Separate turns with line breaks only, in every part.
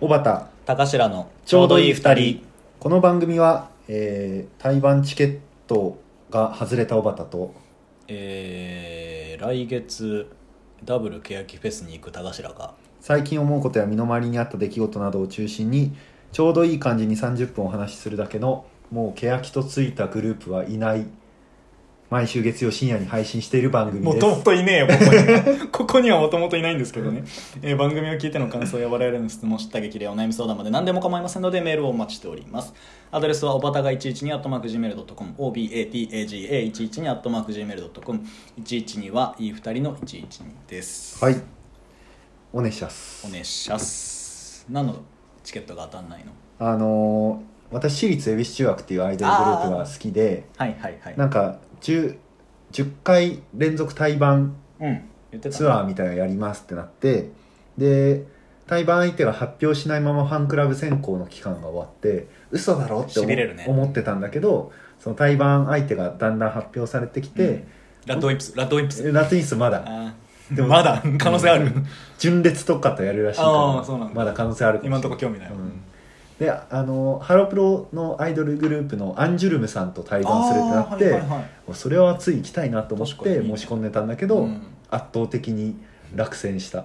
小畑
高らの
ちょうどいい二人この番組は、えー、対バンチケットが外れた小畑と
えー、来月ダブル欅フェスに行く高らが
最近思うことや身の回りにあった出来事などを中心にちょうどいい感じに30分お話しするだけのもう欅とついたグループはいない毎週月曜深夜に配信している番組
も
です
ともといねえよここにはここにはもともといないんですけどね、えー番組を聞いての感想や我々の質問知った激励お悩み相談まで何でも構いませんのでメールをお待ちしておりますアドレスはおばたが112アットマーク Gmail.com obataga112 アットマーク Gmail.com112 はいい二人の112です
はいお願いします
お願いします何のチケットが当たんないの
あのー私立恵比寿中学っていうアイドルグループが好きで
はいはいはい
なんか 10, 10回連続対バン
うん言ってた
ツアーみたいなのやりますってなってで対バン相手が発表しないままファンクラブ選考の期間が終わって嘘だろって思,、
痺れるね
思ってたんだけどその対バン相手がだんだん発表されてきて、
ラッドウィップスラッドウィップス
えラテインスまだ
あ
で
ー
も
まだ可能性ある
純烈とかとやるらしいから
あーそうなんだ
まだ可能性あるかもしれな
今
い
んとこ興味ないわ
うんであのハロプロのアイドルグループのアンジュルムさんと対談するってなって、
あーはいはいはい
もうそれはつい行きたいなと思って
確かに
申し込んでたんだけど、
うん
圧倒的に落選した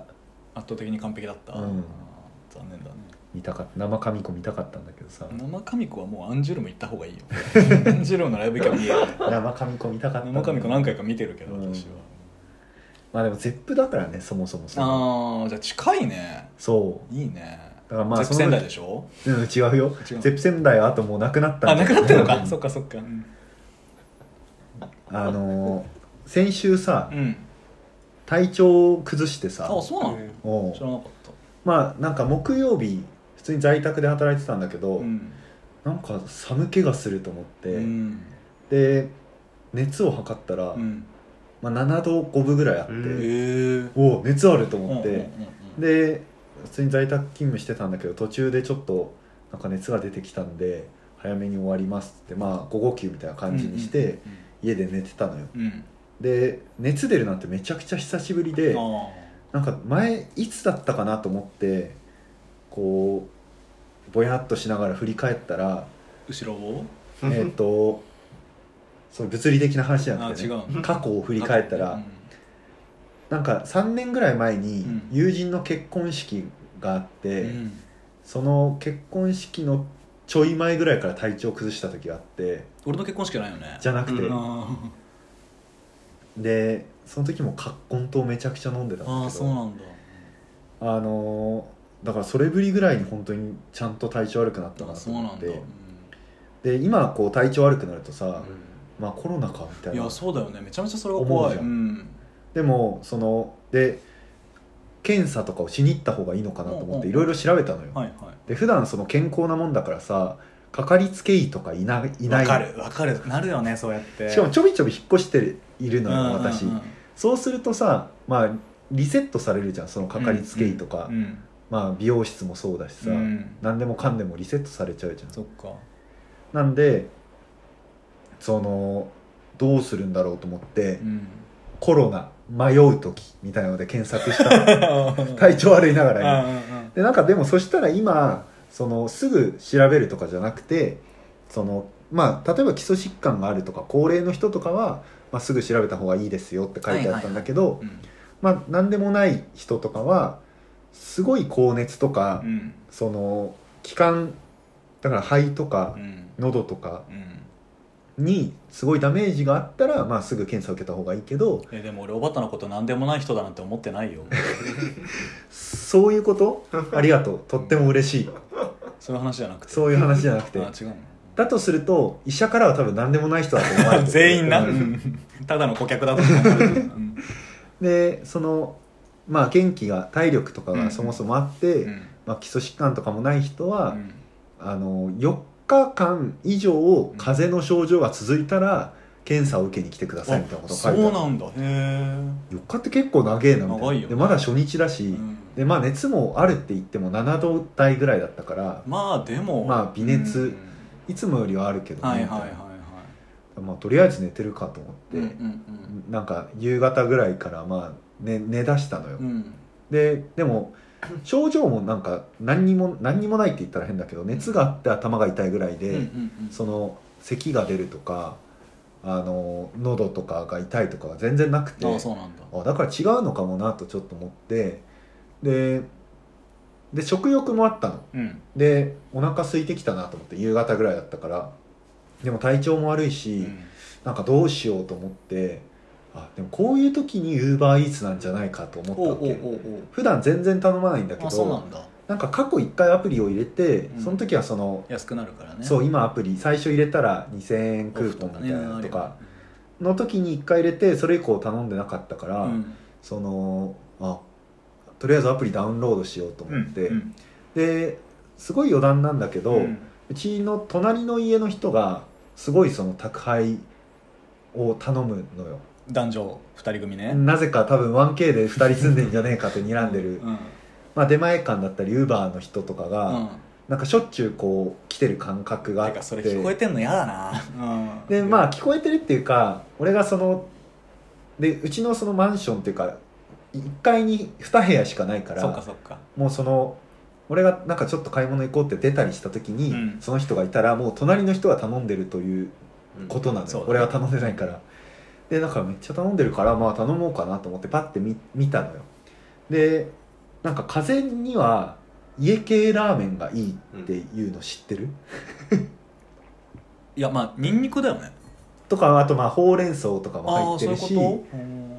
圧倒的に完璧だった、
うん
残念だね
見たかった生神子見たかったんだけどさ
生神子はもうアンジュルム行った方がい いよアンジュルムのライブ行けば見える
生神子見たかったんだ
生神子何回か見てるけど
うん
私は、
まあでもゼップだからねそもそもさ
ああじゃあ近いね
そう
いいね
だからまあ
ゼップ
その
仙台でしょ
うん違うよ
違う
ゼップ仙台はあともうなくなった
あなくなってんの
う
か
ん
そっかそっかうん、
あのー先週さ
うん、
体調を崩して
あ
さ
そうなの
おう
知らなかった
まあなんか木曜日普通に在宅で働いてたんだけど、
うん、
なんか寒気がすると思って、
うん
で熱を測ったら、
うん、
まあ、7度5分ぐらいあって、
えー、
おお熱あると思って、
うんうんうん
で普通に在宅勤務してたんだけど途中でちょっとなんか熱が出てきたんで早めに終わりますってまあ午後休みたいな感じにして、家で寝てたのよ
うんうん
で熱出るなんてめちゃくちゃ久しぶり
う
で
ん、あ
なんか前いつだったかなと思ってこうぼやっとしながら振り返ったら
ー後ろを
えっとその物理的な話じゃなくて、ね
あ違う、の
過去を振り返ったら、なんか3年ぐらい前に
うん
友人の結婚式があって、
うんうん
その結婚式のちょい前ぐらいから体調崩した時があって
俺の結婚式じゃないよね
じゃなくて、
うん
あー
でその時も葛根糖めちゃくちゃ飲んでたん
あー
だけ
そう
ど
なんだ
あのーだからそれぶりぐらいに本当にちゃんと体調悪くなったな
あ
と
そうな
思っ
ん
て
だ、うん
で今こう体調悪くなるとさ、まあコロナかみたい
い
な
やそうだよねめちゃめちゃそれが怖い
思うじゃん
ん
でもそので検査とかをしに行った方がいいのかなと
うん
思っ
うんう
て
ん
いろいろ調べたのよ、
はいは
で普段その健康なもんだからさかかりつけ医とかいない
い
いない
わかるわかるなるよねそうやって
しかもちょびちょび引っ越している
うん
の
うん
よ、
うん
私そうするとさまあリセットされるじゃんそのかかりつけ医とか、
うんうん
まあ美容室もそうだしさ、
うん
何でもかんでもリセットされちゃうじゃん
そっか
なんでそのどうするんだろうと思って、
うん
コロナ迷う時みたいなので検索した の
は
体調悪いなが
い
らにでなんかでもそしたら今そのすぐ調べるとかじゃなくてそのまあ例えば基礎疾患があるとか高齢の人とかは、まあ、すぐ調べた方がいいですよって書いてあったんだけど、
うん
まあ何でもない人とかはすごい高熱とか、
うん
その気管だから肺とか
うん
喉とか
うん
にすごいダメージがあったら、まあ、すぐ検査を受けた方がいいけど
えでも俺おばたのこと何でもない人だなんて思ってないよ
そういうこと ありがとうとっても嬉しい
そういう話じゃなくて
そういう話じゃなくて
あ違うの
だとすると医者からは多分何でもない人だと思わ れて
全員な、
う
うんんただの顧客だと思われてるうん
でそのまあ元気が体力とか
う
が
ん
そもそもあって、
うん
まあ、基礎疾患とかもない人は、
うん
あの4日間以上風邪の症状が続いたら検査を受けに来てくださいみたいなことが書いてあ
そう
る
なんだへえ、
4日って結構長えなみたいな
長いよね
でまだ初日だし、
うん
でまあ熱もあるって言っても7度台ぐらいだったから
まあでも
まあ微熱
うん
いつもよりはあるけどね
はい
み
はい
た
はいい
な
は
まあとりあえず寝てるかと思
い
って、
うん
なんか夕方ぐらいからまあ、ね、寝だしたのよ、
うんうん
ででも症状もなんか何にも何にもないって言ったら変だけど熱があって頭が痛いぐらいで、
うんうんうん
その咳が出るとかあの喉とかが痛いとかは全然なくて
ああそうなんだ
あだから違うのかもなとちょっと思ってでで食欲もあったの
うん
でお腹空いてきたなと思って夕方ぐらいだったからでも体調も悪いし、
うん
なんかどうしようと思ってあでもこういう時に UberEats なんじゃないかと思った
おう
わ
おう
け
おうおう
普段全然頼まないんだけ
あそうな
ど
んだ
なんか過去1回アプリを入れて
うん
その時はその、
安くなるからね
そうう今アプリ最初入れたら2000円クーポンみたいなのとかの時に1回入れてそれ以降頼んでなかったから、
うん
そのあとりあえずアプリダウンロードしようと思って、
うん
ですごい余談なんだけど、
うん
うちの隣の家の人がすごいその宅配を頼むのよ
男女二人組ね
なぜか多分 1K で2人住んでんじゃねえかと睨んでる、
うん
まあ、出前館だったりウーバーの人とかが、
うん
なんかしょっちゅうこう来てる感覚があ
て
って
かそれ聞こえてんの嫌だなうん
でまあ聞こえてるっていうか俺がそのでうちのそのマンションっていうか1階に2部屋しかないから
そっかそっか
もうその俺がなんかちょっと買い物行こうって出たりした時に、
うん
その人がいたらもう隣の人が頼んでるということなの
そ
よ、
うだね
俺は頼んでないからでだからめっちゃ頼んでるからまあ頼もうかなと思ってパッて見見たのよでなんか風には家系ラーメンがいいっていうの知ってる、
いやまあニンニクだよね
とかあとまあほうれん草とか
あ
も入
あ
って
そうい
る
う
し
ことうん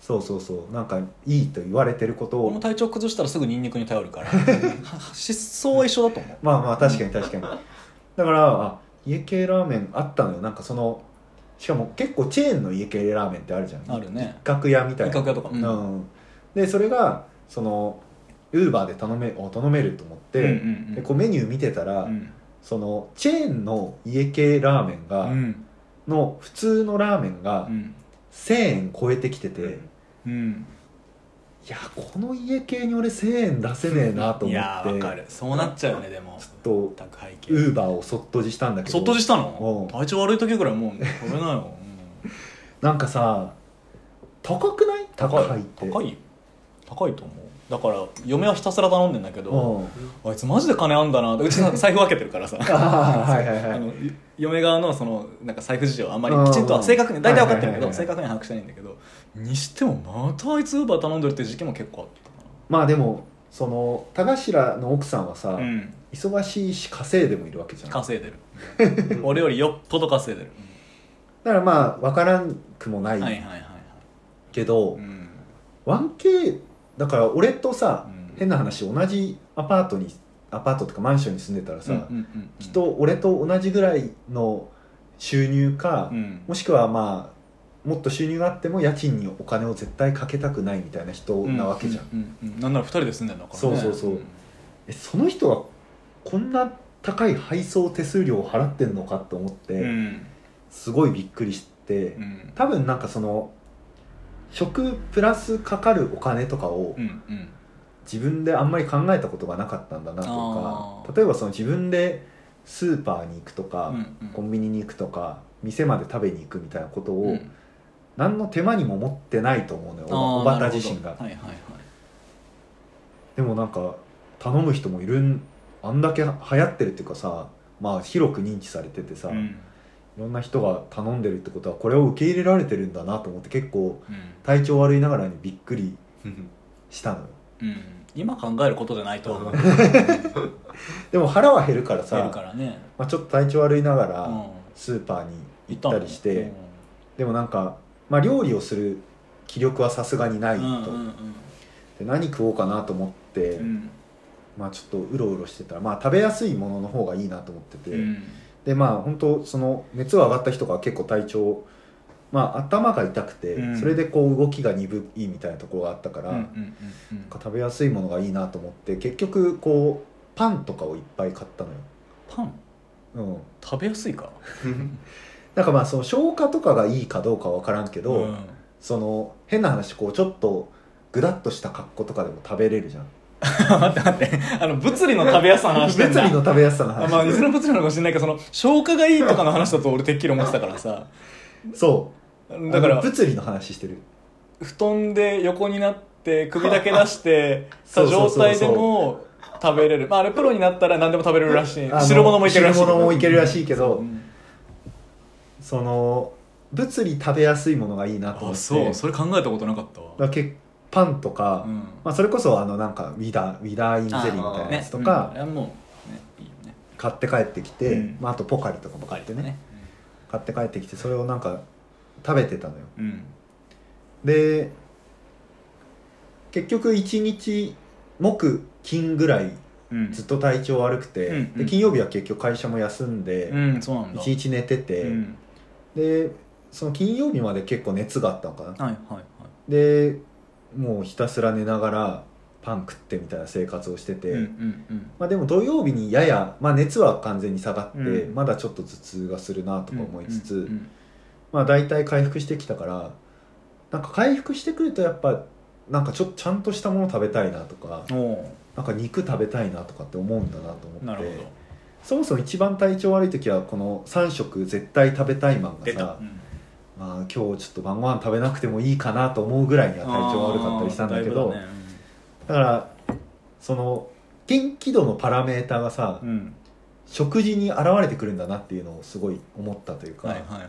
そうそうそうなんかいいと言われてること
俺も
を
体調崩したらすぐニンニクに頼るか らは失踪は一緒だと思う
まあまあ確かに確かにだからあ家系ラーメンあったのよなんかそのしかも結構チェーンの家系ラーメンってあるじゃん
あるね
一角屋みたいな
一角屋とかう
うんん、でそれがそのウーバーで頼めお頼めると思って、
うんうんうん
でこうメニュー見てたら、
うん
そのチェーンの家系ラーメン
う
が、
ん
の普通のラーメンが
うん
1000円超えてきてて、い
うん
やこの家系に俺1000円出せねえなと
い
思
や
って
ーわかるそうなっちゃうよねでも
ちょっと
宅配系
ウーバーをそっとじしたんだけど
そっとじした
うん
の体調悪い時ぐらいもう食べなようん
なんかさ高くない 高いって
高い高いと思うだから嫁はひたすら頼んでんだけど
うん
あいつマジで金あんだなうちの財布分けてるからさ
あーはいはいはい
あのい嫁側のそのなんか財布事情あんまりきちんと
う
は
ん
正確に大体分かってるけ
は
ど
いはいはいは
正
い
確には把握してないんだけどにしてもまたあいつウーバー頼んでるっていう時期も結構
まあでもその田頭の奥さんはさ、
あったなうん
忙しいし稼いでもいるわけじゃんだか
稼いでる俺よりよっぽど稼いでる
らまあ分からんくもな
はいはい
い
はいはい
けど、
うん、
1K だから俺とさ、
うん
変な話同じアパートにアパートとかマンションに住んでたらさ、
うんうんうん
きっと俺と同じぐらいの収入か、
うん
もしくはまあもっと収入があっても家賃にお金を絶対かけたくないみたいな人なわけじゃん、
うううんなんなら2人で住んでるのから
そう
ね
そうそうえその人がこんな高い配送手数料を払ってんのかと思って、
うん
すごいびっくりして、
うん
多分なんかその食プラスかかるお金とかを
うんうん
自分であんまり考えたことがなかったんだなというか
あー
例えばその自分でスーパーに行くとか、
うんうん
コンビニに行くとか店まで食べに行くみたいなこと
う
を
ん
何の手間にも持ってないと思うのよ、お
あー
ばた自身
なる
が
ほどはいはいはい
でもなんか頼む人もいるんあんだけ流行ってるっていうかさまあ広く認知されててさ、
うん
いろんな人が頼んでるってことはこれを受け入れられてるんだなと思って結構
うん
体調悪いながらにびっくり
うん
したのよ
うん今考えることじゃないと思う
でも腹は減るから さ
いるからね
まあ、ちょっと体調悪いなが
うん
らスーパーに
行
行ったりして、
の
でもなんか、まあ、料理をする気力はさすがにない
うん
と、
うん
で何食おうかなと思って、
うんうん
まあ、ちょっとうろうろしてたら、まあ、食べやすいものの方がいいなと思ってて、
うん
でまあ本当その熱が上がった人が結構体調まあ頭が痛くて、
うん
それでこう動きが鈍いみたいなところがあったから、
うんうん
なん
うんうん
か食べやすいものがいいなと思って結局こうパンとかをいっぱい買ったのよ、
パン
うん、
食べやすいか
なんかまあその消化とかがいいかどうかわからんけど、
ん
その変な話こうちょっとぐだっとした格好とかでも食べれるじゃん
待って待ってあの物理の食べやすさの話
別
してんだ
にの食べやすさの
あ
話、
まあいずれの物理なのかもしれないけどその消化がいいとかの話だと俺てっきり思ってたからさ
そう
だか
あの
ら
物理の話してる
布団で横になっって首だけ出 してた状態でも食べれるまああれプロになったら何でも食べれるらしい
あの
汁物もいけるらしい
汁物もいけるらしいけど、
うん
その物理食べやすいものがいいなと思っ
あ
て
そうそれ考えたことなかったわ
だからけパンとか、
うん
まあ、それこそあのなんかウィダーウィダーインゼリーみたいなやつとか、
ねうんあれはもうねいいよね
買って帰ってきて、
うん
まあ、あとポカリとかも買ってね買って帰ってきてそれをなんか食べてたのよ
うん
で結局1日木金ぐらい
うん
ずっと体調悪くて、
うん
で金曜日は結局会社も休んで、
うんそうなんだ
一日寝てて、
うん
でその金曜日まで結構熱があったのかな
はいはいはい
でもうひたすら寝ながらパン食ってみたいな生活をしてて、
うんうん
まあ、でも土曜日にやや、まあ、熱は完全に下がって、
うん
まだちょっと頭痛がするなと
うん
か思いつつ、
うんうん
まあ、大体回復してきたからなんか回復してくるとやっぱなんかちょちゃんとしたもの食べたいなとか
うんお
なんか肉食べたいなとかって思うんだなと思
ーな
っ
るほ
てそもそも一番体調悪い時はこの3食絶対食べたいマン
ど
が
出た
さ
う、ん
まあ、今日ちょっと晩ご飯食べなくてもいいかなと思うぐらいには体調悪かったりしたんだけど
あーいぶだね
だからその元気度のパラメーターがさ、
うんうん
食事に現れてくるんだなっていうのをすごい思ったというか、
はいはいはいはい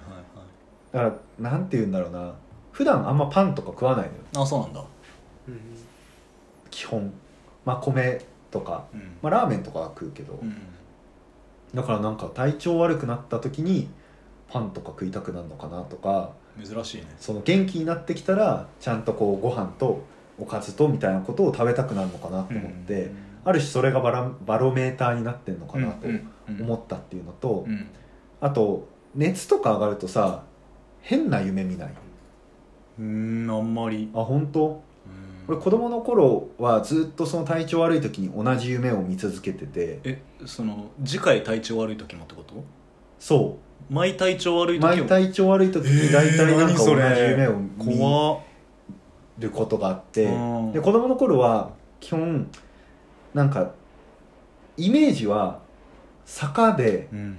だからなんて言うんだろうな普段あんまパンとか食わないのよ
あそうなんだ
基本まあ米とか、
うん
まあ、ラーメンとかは食うけど、
うん
だからなんか体調悪くなった時にパンとか食いたくなるのかなとか
珍しいね
その元気になってきたらちゃんとこうご飯とおかずとみたいなことを食べたくなるのかなと思って、ある種それがバラバロメーターになってんのかなと思
っ
ったっていうのと、
うんうん
あと熱とか上がるとさ変な夢見ない
うんあんまり
あ本当
うん
俺子供の頃はずっとその体調悪い時に同じ夢を見続けてて
えその次回体調悪い時もってこと
そ
毎体調悪
う
い時も
毎体調悪い時に大体なんか同じ夢を見
怖っ
ることがあって、
うん
で子供の頃は基本なんかイメージは坂で
うん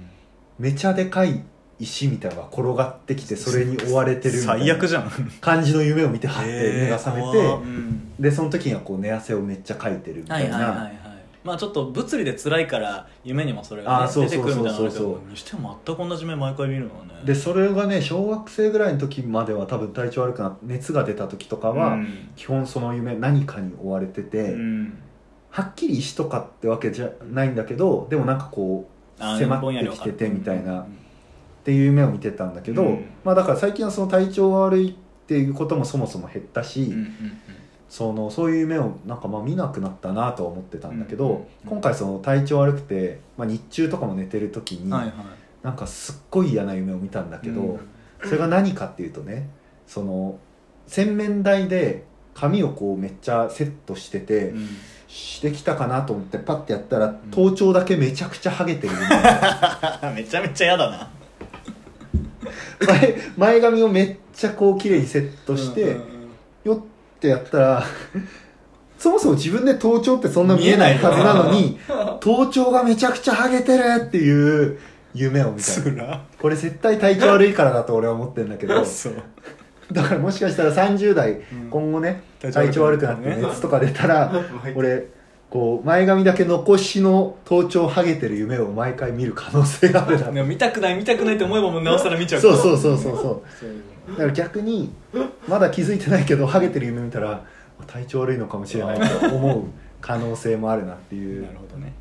めちゃでかい石みたいなのが転がってきてそれに追われてるみたい
最
な
悪じゃん
感じの夢を見てはって目が覚めて、
えー怖っうん
でその時にはこう寝汗をめっちゃかいてるみ
は
た
い
い
はいはいは
ない
まあちょっと物理で辛いから夢にもそれが
あ
ね
そ
出
う
て
そう
くるみたいなのあるけ
そうそう
ど
そう
にしても全く同じ目毎回見るのはね
でそれがね小学生ぐらいの時までは多分体調悪くなって熱が出た時とかは、
うん
基本その夢何かに追われてて、
うん
はっきり石とかってわけじゃないんだけどでもなんかこう
あー
迫ってきててみたいな
うん
っていう夢を見てたんだけど、
うん
まあだから最近はその体調悪いっていうこともそもそも減ったし、
うんうん
そのそういう夢をなんかまあ見なくなったなとは思ってたんだけど、
うんうんうん
今回その体調悪くて、まあ、日中とかも寝てる時
う
に、
んはいはい
なんかすっごい嫌な夢を見たんだけど、
うん
それが何かっていうとねその洗面台で髪をこうめっちゃセットしてて、
うん
してきたかなと思ってパッてやったら、
ん
頭頂だけめちゃくちゃハゲてるみ たいな
めちゃめちゃ嫌だな
前前髪をめっちゃこう綺麗にセットして、
うんうんうん
よってやったら そもそも自分で頭頂ってそんな見えない
見えない
は
よ
ずなのに頭頂がめちゃくちゃハゲてるっていう夢を見た
つら
これ絶対体調悪いからだと俺は思ってるんだけど
そう
だからもしかしたら30代、
うん
今後ね体
体
調
調
悪
悪
く
く
な
な
っ
っててね
熱とか出たら
入って
俺こう前髪だけ残しの頭頂ハゲてる夢を毎回見る可能性があるな
ね見たくない見たくないって思えばもうなおさら見ちゃう
そうそううそうそうそうだから逆にまだ気づいてないけどハゲてる夢見たら体調悪いのかもしれないと思う可能性もあるなっていう
なるほどね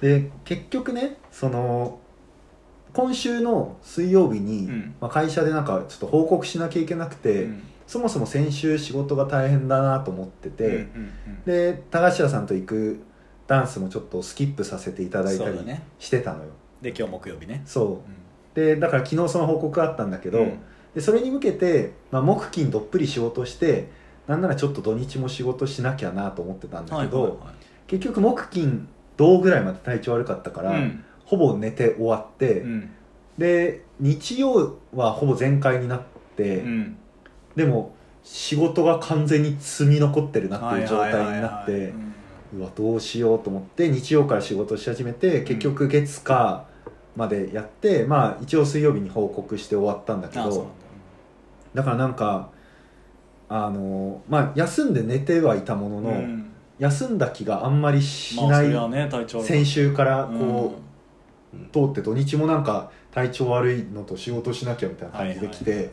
で結局ねその今週の水曜日に、
うん
まあ、会社でなんかちょっと報告しなきゃいけなくて、
うん
そもそも先週仕事が大変だなと思ってて、
うんうんうん
で高橋さんと行くダンスもちょっとスキップさせていただいた
そう
り
だね
してたのよ
で今日木曜日ね
そう,、
うん
でだから昨日その報告があったんだけど、
うん
でそれに向けて、まあ、木金どっぷり仕事してなんならちょっと土日も仕事しなきゃなと思ってたんだ
は
け
い
ど、
は
結局木金銅ぐらいまで体調悪かったか
い
ら、
はいうん
ほぼ寝て終わって、
うん
で日曜はほぼ全開になって、
うん
でも仕事が完全に積み残ってるなっていう状態になっ
はいはいはいはい
て
う。ん
うわどうしようと思って日曜から仕事し始めて結局月火までやって、まあ一応水曜日に報告して終わったんだけ
あそうなん
どだからなんかあのまあ休んで寝てはいたものの、
うん
休んだ気があんまりし
まあ
な
そ
い
れはね体調
先週から
うん
こう、通って土日もなんか体調悪いのと仕事しなきゃみたいな感じできて、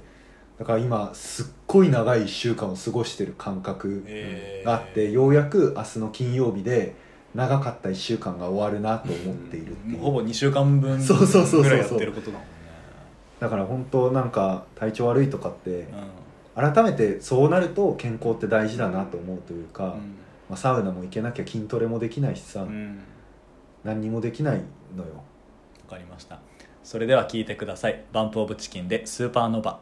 だから今すっごい長い1週間を過ごしてる感覚
えー
があって、ようやく明日の金曜日で長かった1週間が終わるなと思っているっていう、
ほぼ2週間分
そうそうそうそうそう
ぐらいやってることだもんね
だから本当なんか体調悪いとかって
うん
改めてそうなると健康って大事だなと思うというか、
うん
まあ、サウナも行けなきゃ筋トレもできないしさ、
うん
何にもできないのよ
わかりましたそれでは聞いてくださいバンプオブチキンでスーパーノヴァ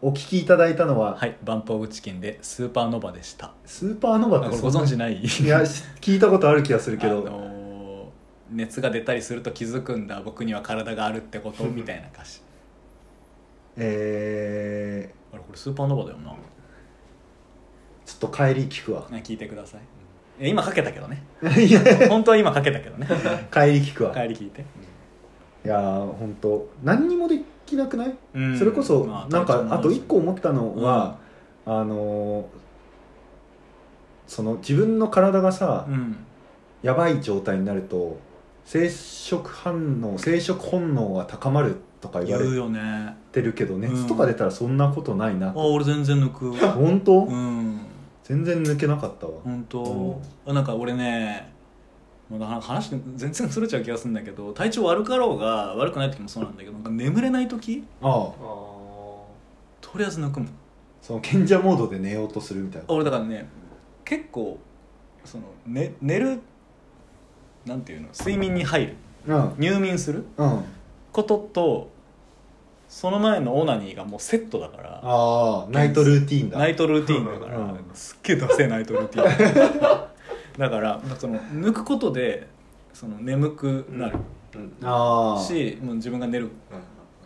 お聞きいただいたのは、
はいバンプオブチキンでスーパーノヴァでした
スーパーノ
あ
バ
こ
ってそ
れご
んな
存知ない
いやし聞いたことある気がするけ
あ
ど、
のー熱が出たりすると気づくんだ僕には体があるってことみたいな歌詞
え
あれこれスーパーノヴァだよな
ー、ちょっと帰り聞くわ
ね聞いてくださいえ今かけたけどね
いや
本当 は今かけたけどね
帰り聞くわ、い、
帰り聞いて、
やー本当何にもできなくない、
うん
それこそ、
まあ
なんか
体調も
あ
る
と
し
一個思ったのは、あのーその自分の体がさ、
うん
やばい状態になると生殖反応生殖本能が高まるとか言わ
言う
れ
よね
てるけど
う
熱
ん
とか出たらそんなことないな、
あ俺全然抜く
本当、
うん
全然抜けなかったわ、
本
うん
当、あなんか俺ねまだ話全然それちゃう気がするんだけど体調悪かろうが悪くない時もそうなんだけどなんか眠れない時
ああ
とりあえず抜くもん
その賢者モードで寝ようとするみたいな
俺だからね結構その、ね、寝るなんていうの睡眠に入る
うん
入眠する
うんあ
こととその前のオナニーがもうセットだから
あナイトルーティーンだ
ナイトルーティーンだから、
うん
すっげえダセえナイトルーティーン だからその抜くことでその眠くなる
うん
ああ
し、もう自分が寝る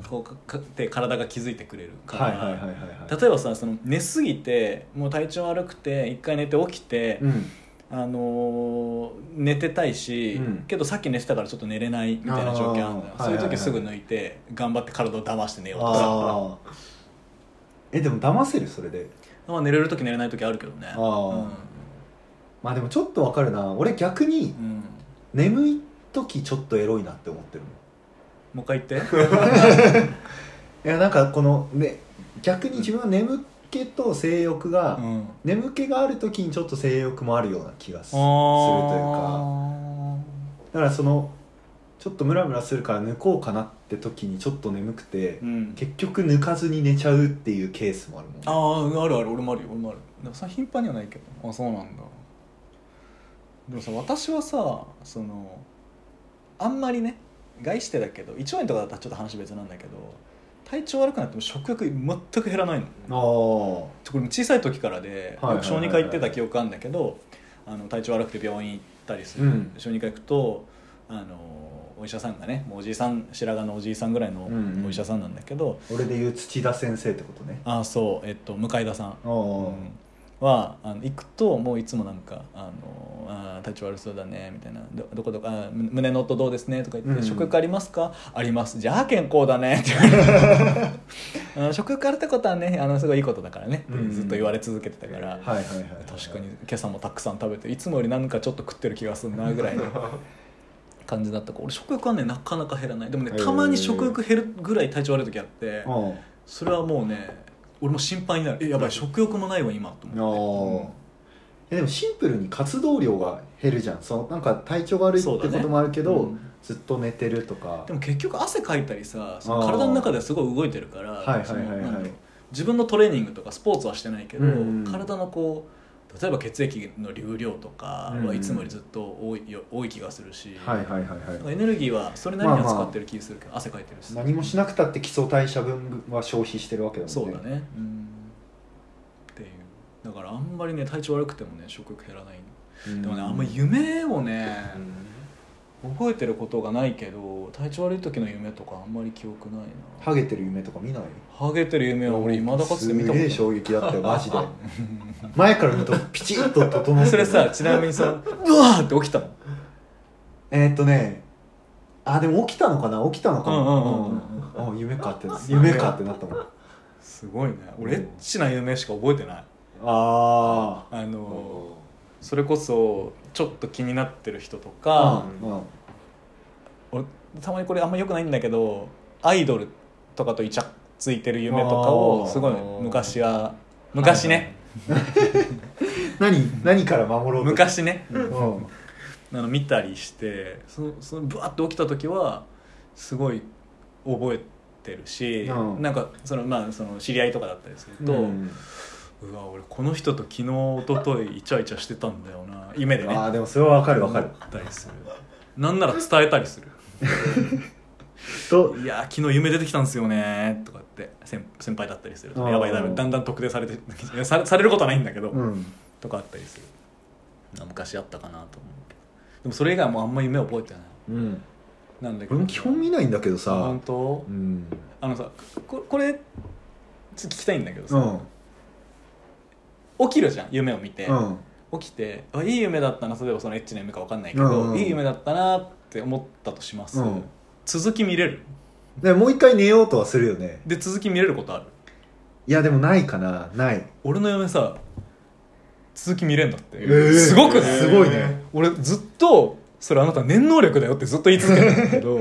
こうかかって体が気づいてくれるから、
はいはいはいはいはい
例えばさその寝すぎてもう体調悪くて一回寝て起きて、
うん
あのー寝てたいし、
うん
けどさっき寝てたからちょっと寝れないみたいな状況あるんだよ
あー
そう
はいはい
いう
は
時
い
すぐ抜いて頑張って体を騙して寝ようとさ
ああえでも騙せるそれで
まあ寝れる時寝れない時あるけどね
あーまあでもちょっとわかるな俺逆に
うん、うん
眠い時ちょっとエロいなって思ってるもん
もう一回 言って
いやなんかこのね逆に自分は眠気と性欲が、
うん
眠気がある時にちょっと性欲もあるような気がすするというか
あ
だからそのちょっとムラムラするから抜こうかなって時にちょっと眠くて、
ーうん
結局抜かずに寝ちゃうっていうケースもあるもん
あああるある俺もあるよ俺もあるでもさ頻繁にはないけどあそうなんだでもさ私はさそのあんまりね外してだけど胃腸炎とかだったらちょっと話別なんだけど体調悪くなっても食欲全く減らないの
あー
これも小さい時からで
はいはいはいはい
よく小児科行ってた記憶あるんだけどあの体調悪くて病院行ったりする、
うん
小児科行くとあのお医者さんがねもうおじいさん白髪のおじいさんぐらいの
うんうん
お医者さんなんだけど、
俺で言う土田先生ってことね
ああそうえっと向田さん
あー
はあの行くともういつもなんか「あのあー体調悪そうだね」みたいな「どどこどこあーむ胸の音どうですね」とか言って「
うん
食欲ありますか?」あります」「じゃあ健康 だね」って言われてあの食欲あるってことはねあのすごいいいことだからね」
うんうん
ずっと言われ続けてたから、
はいはいはい
確かに今朝もたくさん食べていつもよりなんかちょっと食ってる気がするなぐらい の感じだったから俺食欲はねなかなか減らないでもねたまに食欲減るぐらい体調悪い時あって。
あー
それはもうね俺も心配になるえやばい食欲もないわ今と
あ
思
ー
って、
えでもシンプルに活動量が減るじゃんそのなんか体調が悪いって
そうだ
こ
ね
ともあるけど、
うん
ずっと寝てるとか
でも結局汗かいたりさその
あー
体の中ですごい動いてるから
はいはいはいはい
そのなんだろう自分のトレーニングとかスポーツはしてないけど、
うんうん
体のこう例えば血液の流量とか
うんう
は
ん
いつもよりずっと多いよ多い気がするし、
はいはいはいはい
なんかエネルギーはそれなりには
まあま
使
あ
ってる気がするけど、汗かいてるし
何もしなくたって基礎代謝分は消費してるわけだもんね
そうだねうんっていうだからあんまりね体調悪くてもね食欲減らないの
うん
でもねあんま夢をね、覚えてることがないけど体調悪い時の夢とかあんまり記憶ないな
ハゲてる夢とか見ない
ハゲてる夢は俺いまだかつて見たこ
すげえ
と
衝撃だった よマジで前から見るとピチッと整っ
な
て
い
る
そ れさちなみにさ「うわ!」って起きたの
えーっとねあでも起きたのかな起きたのか
うんうんうん
も、うんあ夢かって夢かってなったもん
すごいね俺エッチな夢しか覚えてない
あ
あのそれこそちょっと気になってる人とか、
あ
うん
俺たまにこれあんまよくないんだけどアイドルとかとイチャついてる夢とかを
あー
すごい昔は昔ね
何何から守ろうと
昔ね
うん
あの見たりしてそのそのブワッと起きた時はすごい覚えてるし、
うん
なんかそのまあその知り合いとかだったりすると、う
うん
わ俺この人と昨日一昨日イチャイチャしてたんだよな夢でね
ああでもそれはわかるわかる
思ったりするなんなら伝えたりする
と
いやー昨日夢出てきたんですよねーとかって先先輩だったりすると
あー
やばいだばいだんだん特定されていやさされることはないんだけど、
うん
とかあったりするあ昔あったかなと思うけどでもそれ以外はもうあんま夢覚えてない
うん
なんだけど
俺も基本見ないんだけど
あ
さ
本当
うん
あのさここれちょっと聞きたいんだけど
う
さ、
ん
起きるじゃん夢を見て、
うん
起きてあいい夢だったな例えばそのエッチな夢か分かんないけど、
うんうん
いい夢だったなって思ったとします、
うん
続き見れる
でもう一回寝ようとはするよね
で続き見れることある
いやでもないかなない
俺の嫁さ続き見れんだって、
えー
すごく
すごいね
俺ずっとそれあなた念能力だよってずっと言い続けてたんだけど、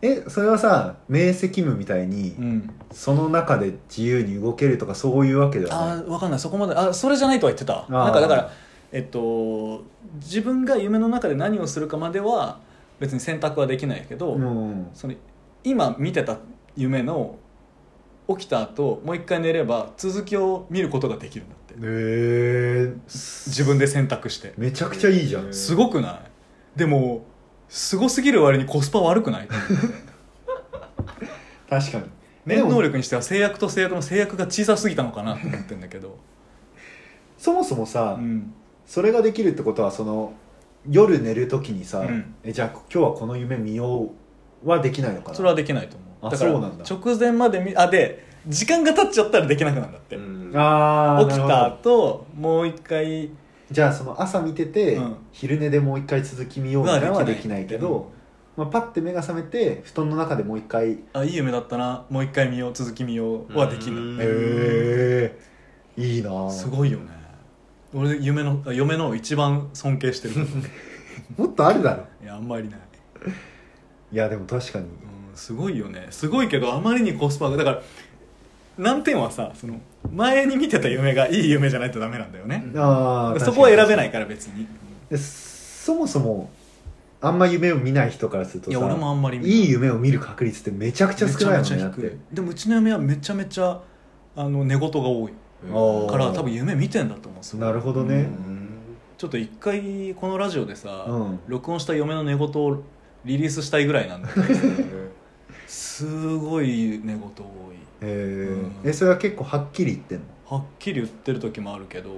えそれはさ明晰夢みたいに
うん、
その中で自由に動けるとかそういうわけでは
あ
ない
あ分かんないそこまであそれじゃないとは言ってたなんかだからえっと自分が夢の中で何をするかまでは別に選択はできないけど、
うん
その今見てた夢の起きた後もう一回寝れば続きを見ることができるんだって
へえ
自分で選択して
めちゃくちゃいいじゃん
すごくないでもすごすぎる割にコスパ悪く ない
確かに
念能力にしては制約と制約の制約が小さすぎたのかなと思ってんだけ ど、
そもそもさ、
うん、
それができるってことはその夜寝る時にさ、
うん
えじゃあ今日はこの夢見ようはできないのかな
それはできないと思う
あ
だから
そうなんだ
直前まで見あで時間が経っちゃったらできなくなるんだって、
あー
起き
なる
た
ほど
後もう一回
じゃあその朝見てて、
うん
昼寝でもう一回続き見ようみたいなのは
はで
で
きない
きないけど、まあ、パッて目が覚めて布団の中でもう一回
あいい夢だったなもう一回見よう続き見ようはできない、
うん
へえいいな
すごいよね俺夢のあ嫁の一番尊 敬してる
もっとあるだろ
いやあんまりない、
いやでも確かに
うん、すごいよねすごいけどあまりにコスパがだから難点はさその前に見てた夢がいい夢じゃないとダメなんだよね、
ああ
そこは選べないいから別に
そもそもあんま夢を見ない人からすると
い
さ
や俺もあんまり見ない
いい夢を見る確率ってめちゃくちゃ少ない
め
もん
ちゃ
ね
めち
だ
ゃ
っ
低い
て
でもうちの嫁はめちゃめちゃあの寝言が多い
おー
から多分夢見てんだと思うすごい
なるほど
う
ね
んちょっと一回このラジオでさ、
うん
録音した嫁の寝言をリリースしたいぐらいなんだけど すごい寝言多い
へー
うん
えそれは結構はっきり言ってんの
はっきり言ってる時もあるけど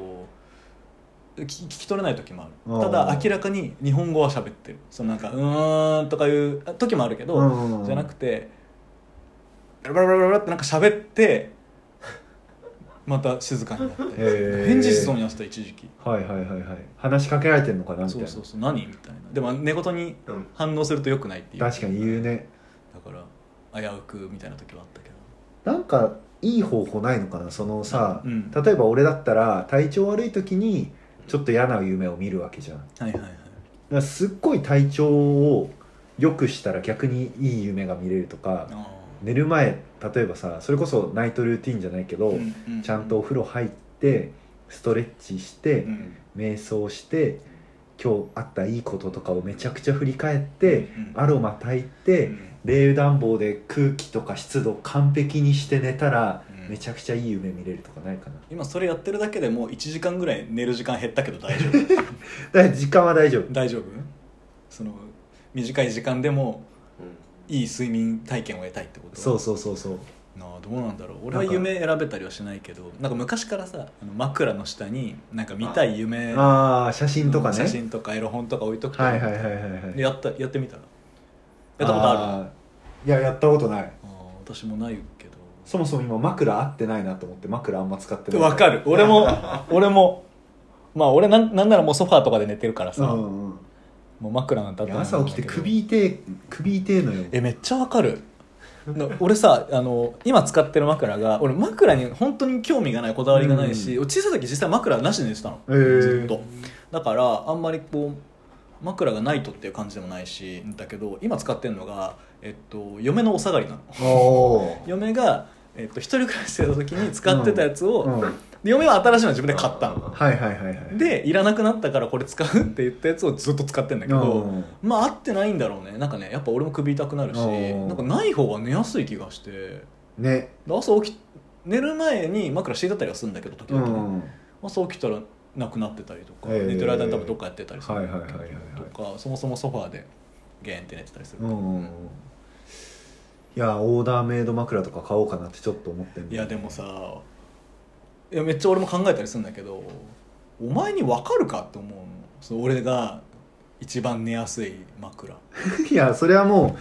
聞き聞き取れない時もあ
あ
るた
ー
だ明らかに日本語は喋ってるそのなんか「うーん」とかいうあ時もあるけど、
うん
じゃなくてバラバラバラバラってなんか喋ってまた静かになって
へー
返事しそうになってた一時期
はいはいはいはい話しかけられてんのかなみたい
そう
な
そうそう何みたいなでも寝言に反応するとよくないっていう
確かに言うね
だから危うくみたいな時はあったけど
なんかいい方法ないのかなそのさ、
うん
例えば俺だったら体調悪い時にちょっと嫌な夢を見るわけじゃんだか
はいはいはい
らすっごい体調を良くしたら逆にいい夢が見れるとか
あ
寝る前例えばさそれこそナイトルーティンじゃないけど、
ーうんうん
ちゃんとお風呂入ってストレッチして、
うん
瞑想して今日あったいいこととかをめちゃくちゃ振り返って
うん
アロマ炊いて
うん
冷暖房で空気とか湿度完璧にして寝たら
うん
めちゃくちゃいい夢見れるとかないかな
今それやってるだけでもう1時間ぐらい寝る時間減ったけど大丈 夫
だから時間は大丈夫
大丈夫その短い時間でもいい睡眠体験を得たいってこと
そうそうそうそう
なあどうなんだろう俺は
なんか
夢選べたりはしないけどなんか昔からさあの枕の下になんか見たい夢
ああ写真とかね
写真とかエロ本とか置いとくと、
はいはいはいはいはいや
でやったやってみたらやったことある
るいややったことない
あー私もないけど
そもそも今枕合ってないなと思って枕あんま使ってない
わかる俺も 俺もまあ俺なんなんならもうソファーとかで寝てるから
う
さ、も
んうん
う枕なんてあ
い
っ
や
た
朝起きて首痛え首痛えのよ
えめっちゃわかるの俺さあの今使ってる枕が俺枕に本当に興味がないこだわりがないし、俺小さい時実際枕なしで寝てたの、
へー
ずっとだからあんまりこう枕がないとっていう感じでもないしだけど今使ってるのが、えっと、嫁のお下がりなの
おー
嫁が、えっと、一人暮らししてた時に使ってたやつを、
うんはい
で嫁は新しいの自分で買ったの
はいはいはい
でいらなくなったからこれ使うって言ったやつをずっと使ってんだけ
う
ど
ん
まあ合ってないんだろうねなんかねやっぱ俺も首痛くなるし
うん
なんかない方が寝やすい気がしてで
ね
朝起き寝る前に枕敷いてたりはするんだけど時
う
々ね、
ん
朝起きたらなくなってたりとか、
へー
寝てる間に多分どっかやってたりする
はいはいはいはいはい
とかそもそもソファーでゲーンって寝てたりする
う
から、
んうんいやオーダーメイド枕とか買おうかなってちょっと思ってんだよ
いやでもさいやめっちゃ俺も考えたりするんだけどお前に分かるかって思うのそう俺が一番寝やすい枕
いやそれはも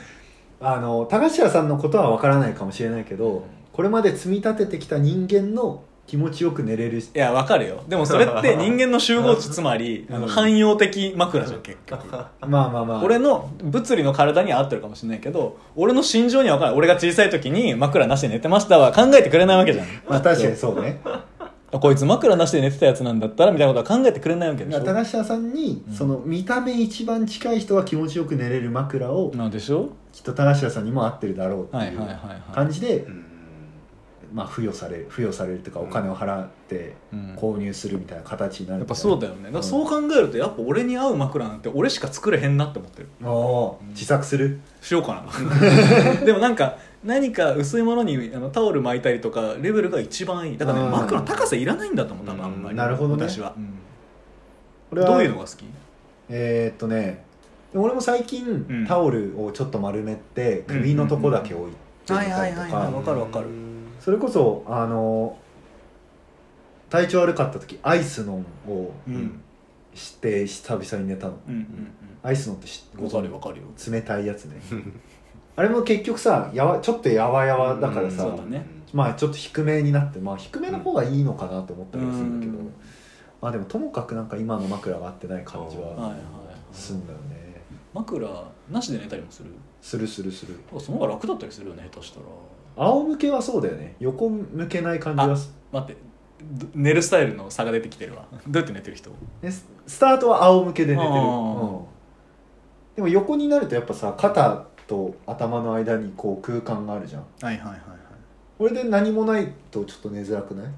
うあの高橋さんのことはわからないかもしれないけどこれまで積み立ててきた人間の気持ちよく寝れる
いや分かるよでもそれって人間の集合値つまり、
うん
あの汎用的枕じゃん結局
まあまあまあ
俺の物理の体には合ってるかもしれないけど俺の心情には分からない俺が小さい時に枕なしで寝てましたは考えてくれないわけじゃん
まあ確かにそうね
あこいつ枕なしで寝てたやつなんだったらみたいなことは考えてくれないわけでしょ
高橋さんに
うん
その見た目一番近い人は気持ちよく寝れる枕を
なんでしょ
きっと高橋さんにも合ってるだろうって
はい
い
はいはいうはい
感じで
うん
まあ付与される付与されるというかお金を払って
うん
購入するみたいな形になる
やっぱそう
だ
だよねだからそう考えるとやっぱ俺に合う枕なんて俺しか作れへんなって思ってる
おー自作する
しようか なでもなんか何か薄いものにあのタオル巻いたりとかレベルが一番いいだからね
うん
枕の高さいらないんだと思う多分あんまり
うんなるほどね
私は、うん
これは
どういうのが好き
えーっとね俺も最近、
ん
タオルをちょっと丸めて首のとこだけ置いてみたりと
はいはいはいはい
か
わかるわかる
それこそあの体調悪かった時アイスノンを
うん
して久々に寝たの、
うん
アイスノンって知
うんわかるわかるよ
冷たいやつねあれも結局さやわちょっとやわやわだからさ、
うんそうだね
まあちょっと低めになってまあ低めの方がいいのかなと思ったりはするんだけど、
うん
まあでもともかくなんか今の枕が合ってない感じ
はい
は
はいはい
すんだよね
枕なしで寝たりもする
するするする
あその方が楽だったりするよね下手したら
仰向けはそうだよね横向けない感じがす
待ってど寝るスタイルの差が出てきてるわどうやって寝てる人
ねススタートは仰向けで寝てる、
あ
う
ー
んでも横になるとやっぱさ肩と頭の間にこう空間があるじゃん
はいはいはいはい
これで何もないとちょっと寝づらくない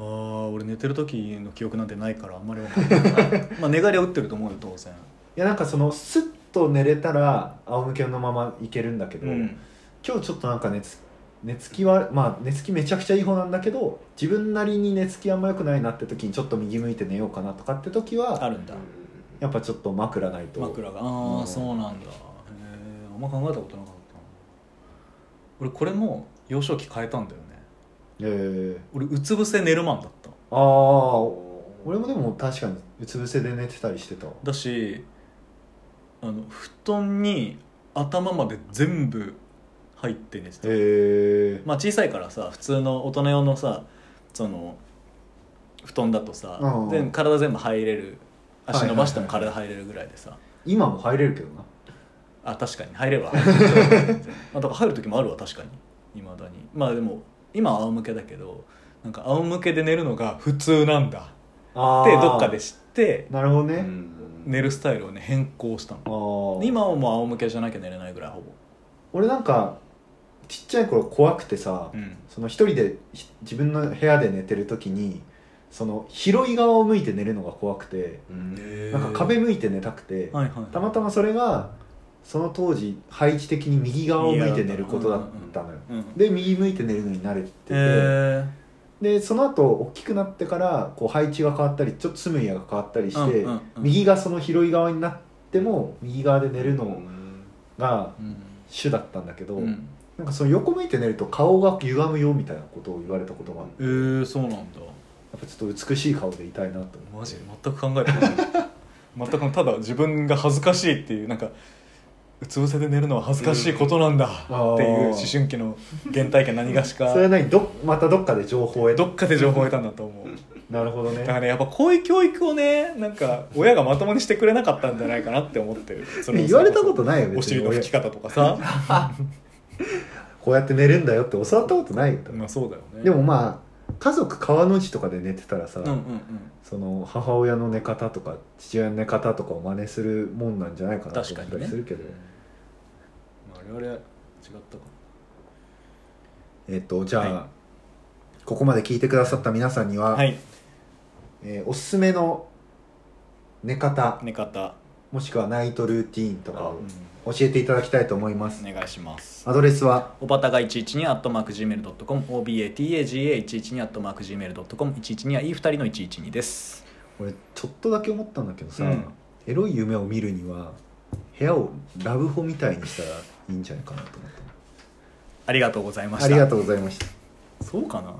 ああ俺寝てる時の記憶なんてないからあんまりわかんない まあ寝返りは打ってると思うよ当然
いやなんかそのスッと寝れたら仰向けのままいけるんだけど、今日ちょっとなんか寝つ寝つきはまあ寝つきめちゃくちゃいい方なんだけど自分なりに寝つきあんま良くないなって時にちょっと右向いて寝ようかなとかって時
あ
は
るんだ
やっぱちょっと枕ないと
枕があ
う
あ
ん
そうなんだへえあんま考えたことなかったな俺これも幼少期変えたんだよね
えー
俺うつ伏せ寝るマンだった
ああ俺もでも確かにうつ伏せで寝てたりしてた
だしあの布団に頭まで全部入って寝てた
へえ
まあ小さいからさ普通の大人用のさその布団だとさ、
うん
全体全部入れる足伸ばしても
はい
体入れるぐらいでさ、
今も入れるけどな
あ確かに入 れば入るまあだから入る時もあるわ確かにいまだにまあでも今は仰向けだけどなんか仰向けで寝るのが普通なんだ
あ
ってどっかで
し
知って
なるほどね、
寝るスタイルをね変更した
あ
の
ー
今はもう仰向けじゃなきゃ寝れないぐらいほぼ
俺なんかちっちゃい頃怖くてさ、
うん
その一人でひ自分の部屋で寝てる時にその広い側を向いて寝るのが怖くてなんか壁向いて寝たくて
はいはい
たまたまそれがその当時配置的に右側を向いて寝ることだったのよ
うん
で右向いて寝るのに慣れてて、
へ
でその後大きくなってからこう配置が変わったりちょっと住む家が変わったりして、
うんうんうん
右がその広い側になっても右側で寝るのが
ーうん
主だったんだけど、
うん
なんかその横向いて寝ると顔が歪むよみたいなことを言われたことがある
えー、そうなんだ
やっぱちょっと美しい顔でいたいなと思っ
マ
て
ジ全く考えてない 全くただ自分が恥ずかしいっていうなんかうつ伏せで寝るのは恥ずかしいことなんだっていう
うん
思春期の原体験何がしか
それは何どまたどっかで情報へ
どっかで情報を得たんだと思う
なるほどね
だからねやっぱこういう教育をねなんか親がまともにしてくれなかったんじゃないかなって思ってるそれこそ
言われたことないよ別に
お尻の拭き方とかさ
俺こうやって寝るんだよって教わったことないよ、多分
まあそうだよね
でもまあ家族川の字とかで寝てたらさ、
うんうんうん
その母親の寝方とか父親の寝方とかを真似するもんなんじゃないかなと
確か
思っ
に
たり
ね
するけど、
うん我々違ったか
えっとじゃあ、
は
ここまで聞いてくださった皆さんには、
なはい
えーおすすめの寝方
寝方、
もしくはナイトルーティーンとか
う
を
ん
教えていただきたいと思います、
お願いします
アドレスは
おばたが112アットマーク Gmail.com obatagaga112 アットマーク Gmail.com 112はいい2人の112です
俺ちょっとだけ思ったんだけどさ、
うん
エロい夢を見るには部屋をラブホみたいにしたらいいんじゃないかなと思って
ありがとうございました
ありがとうございました
そうかな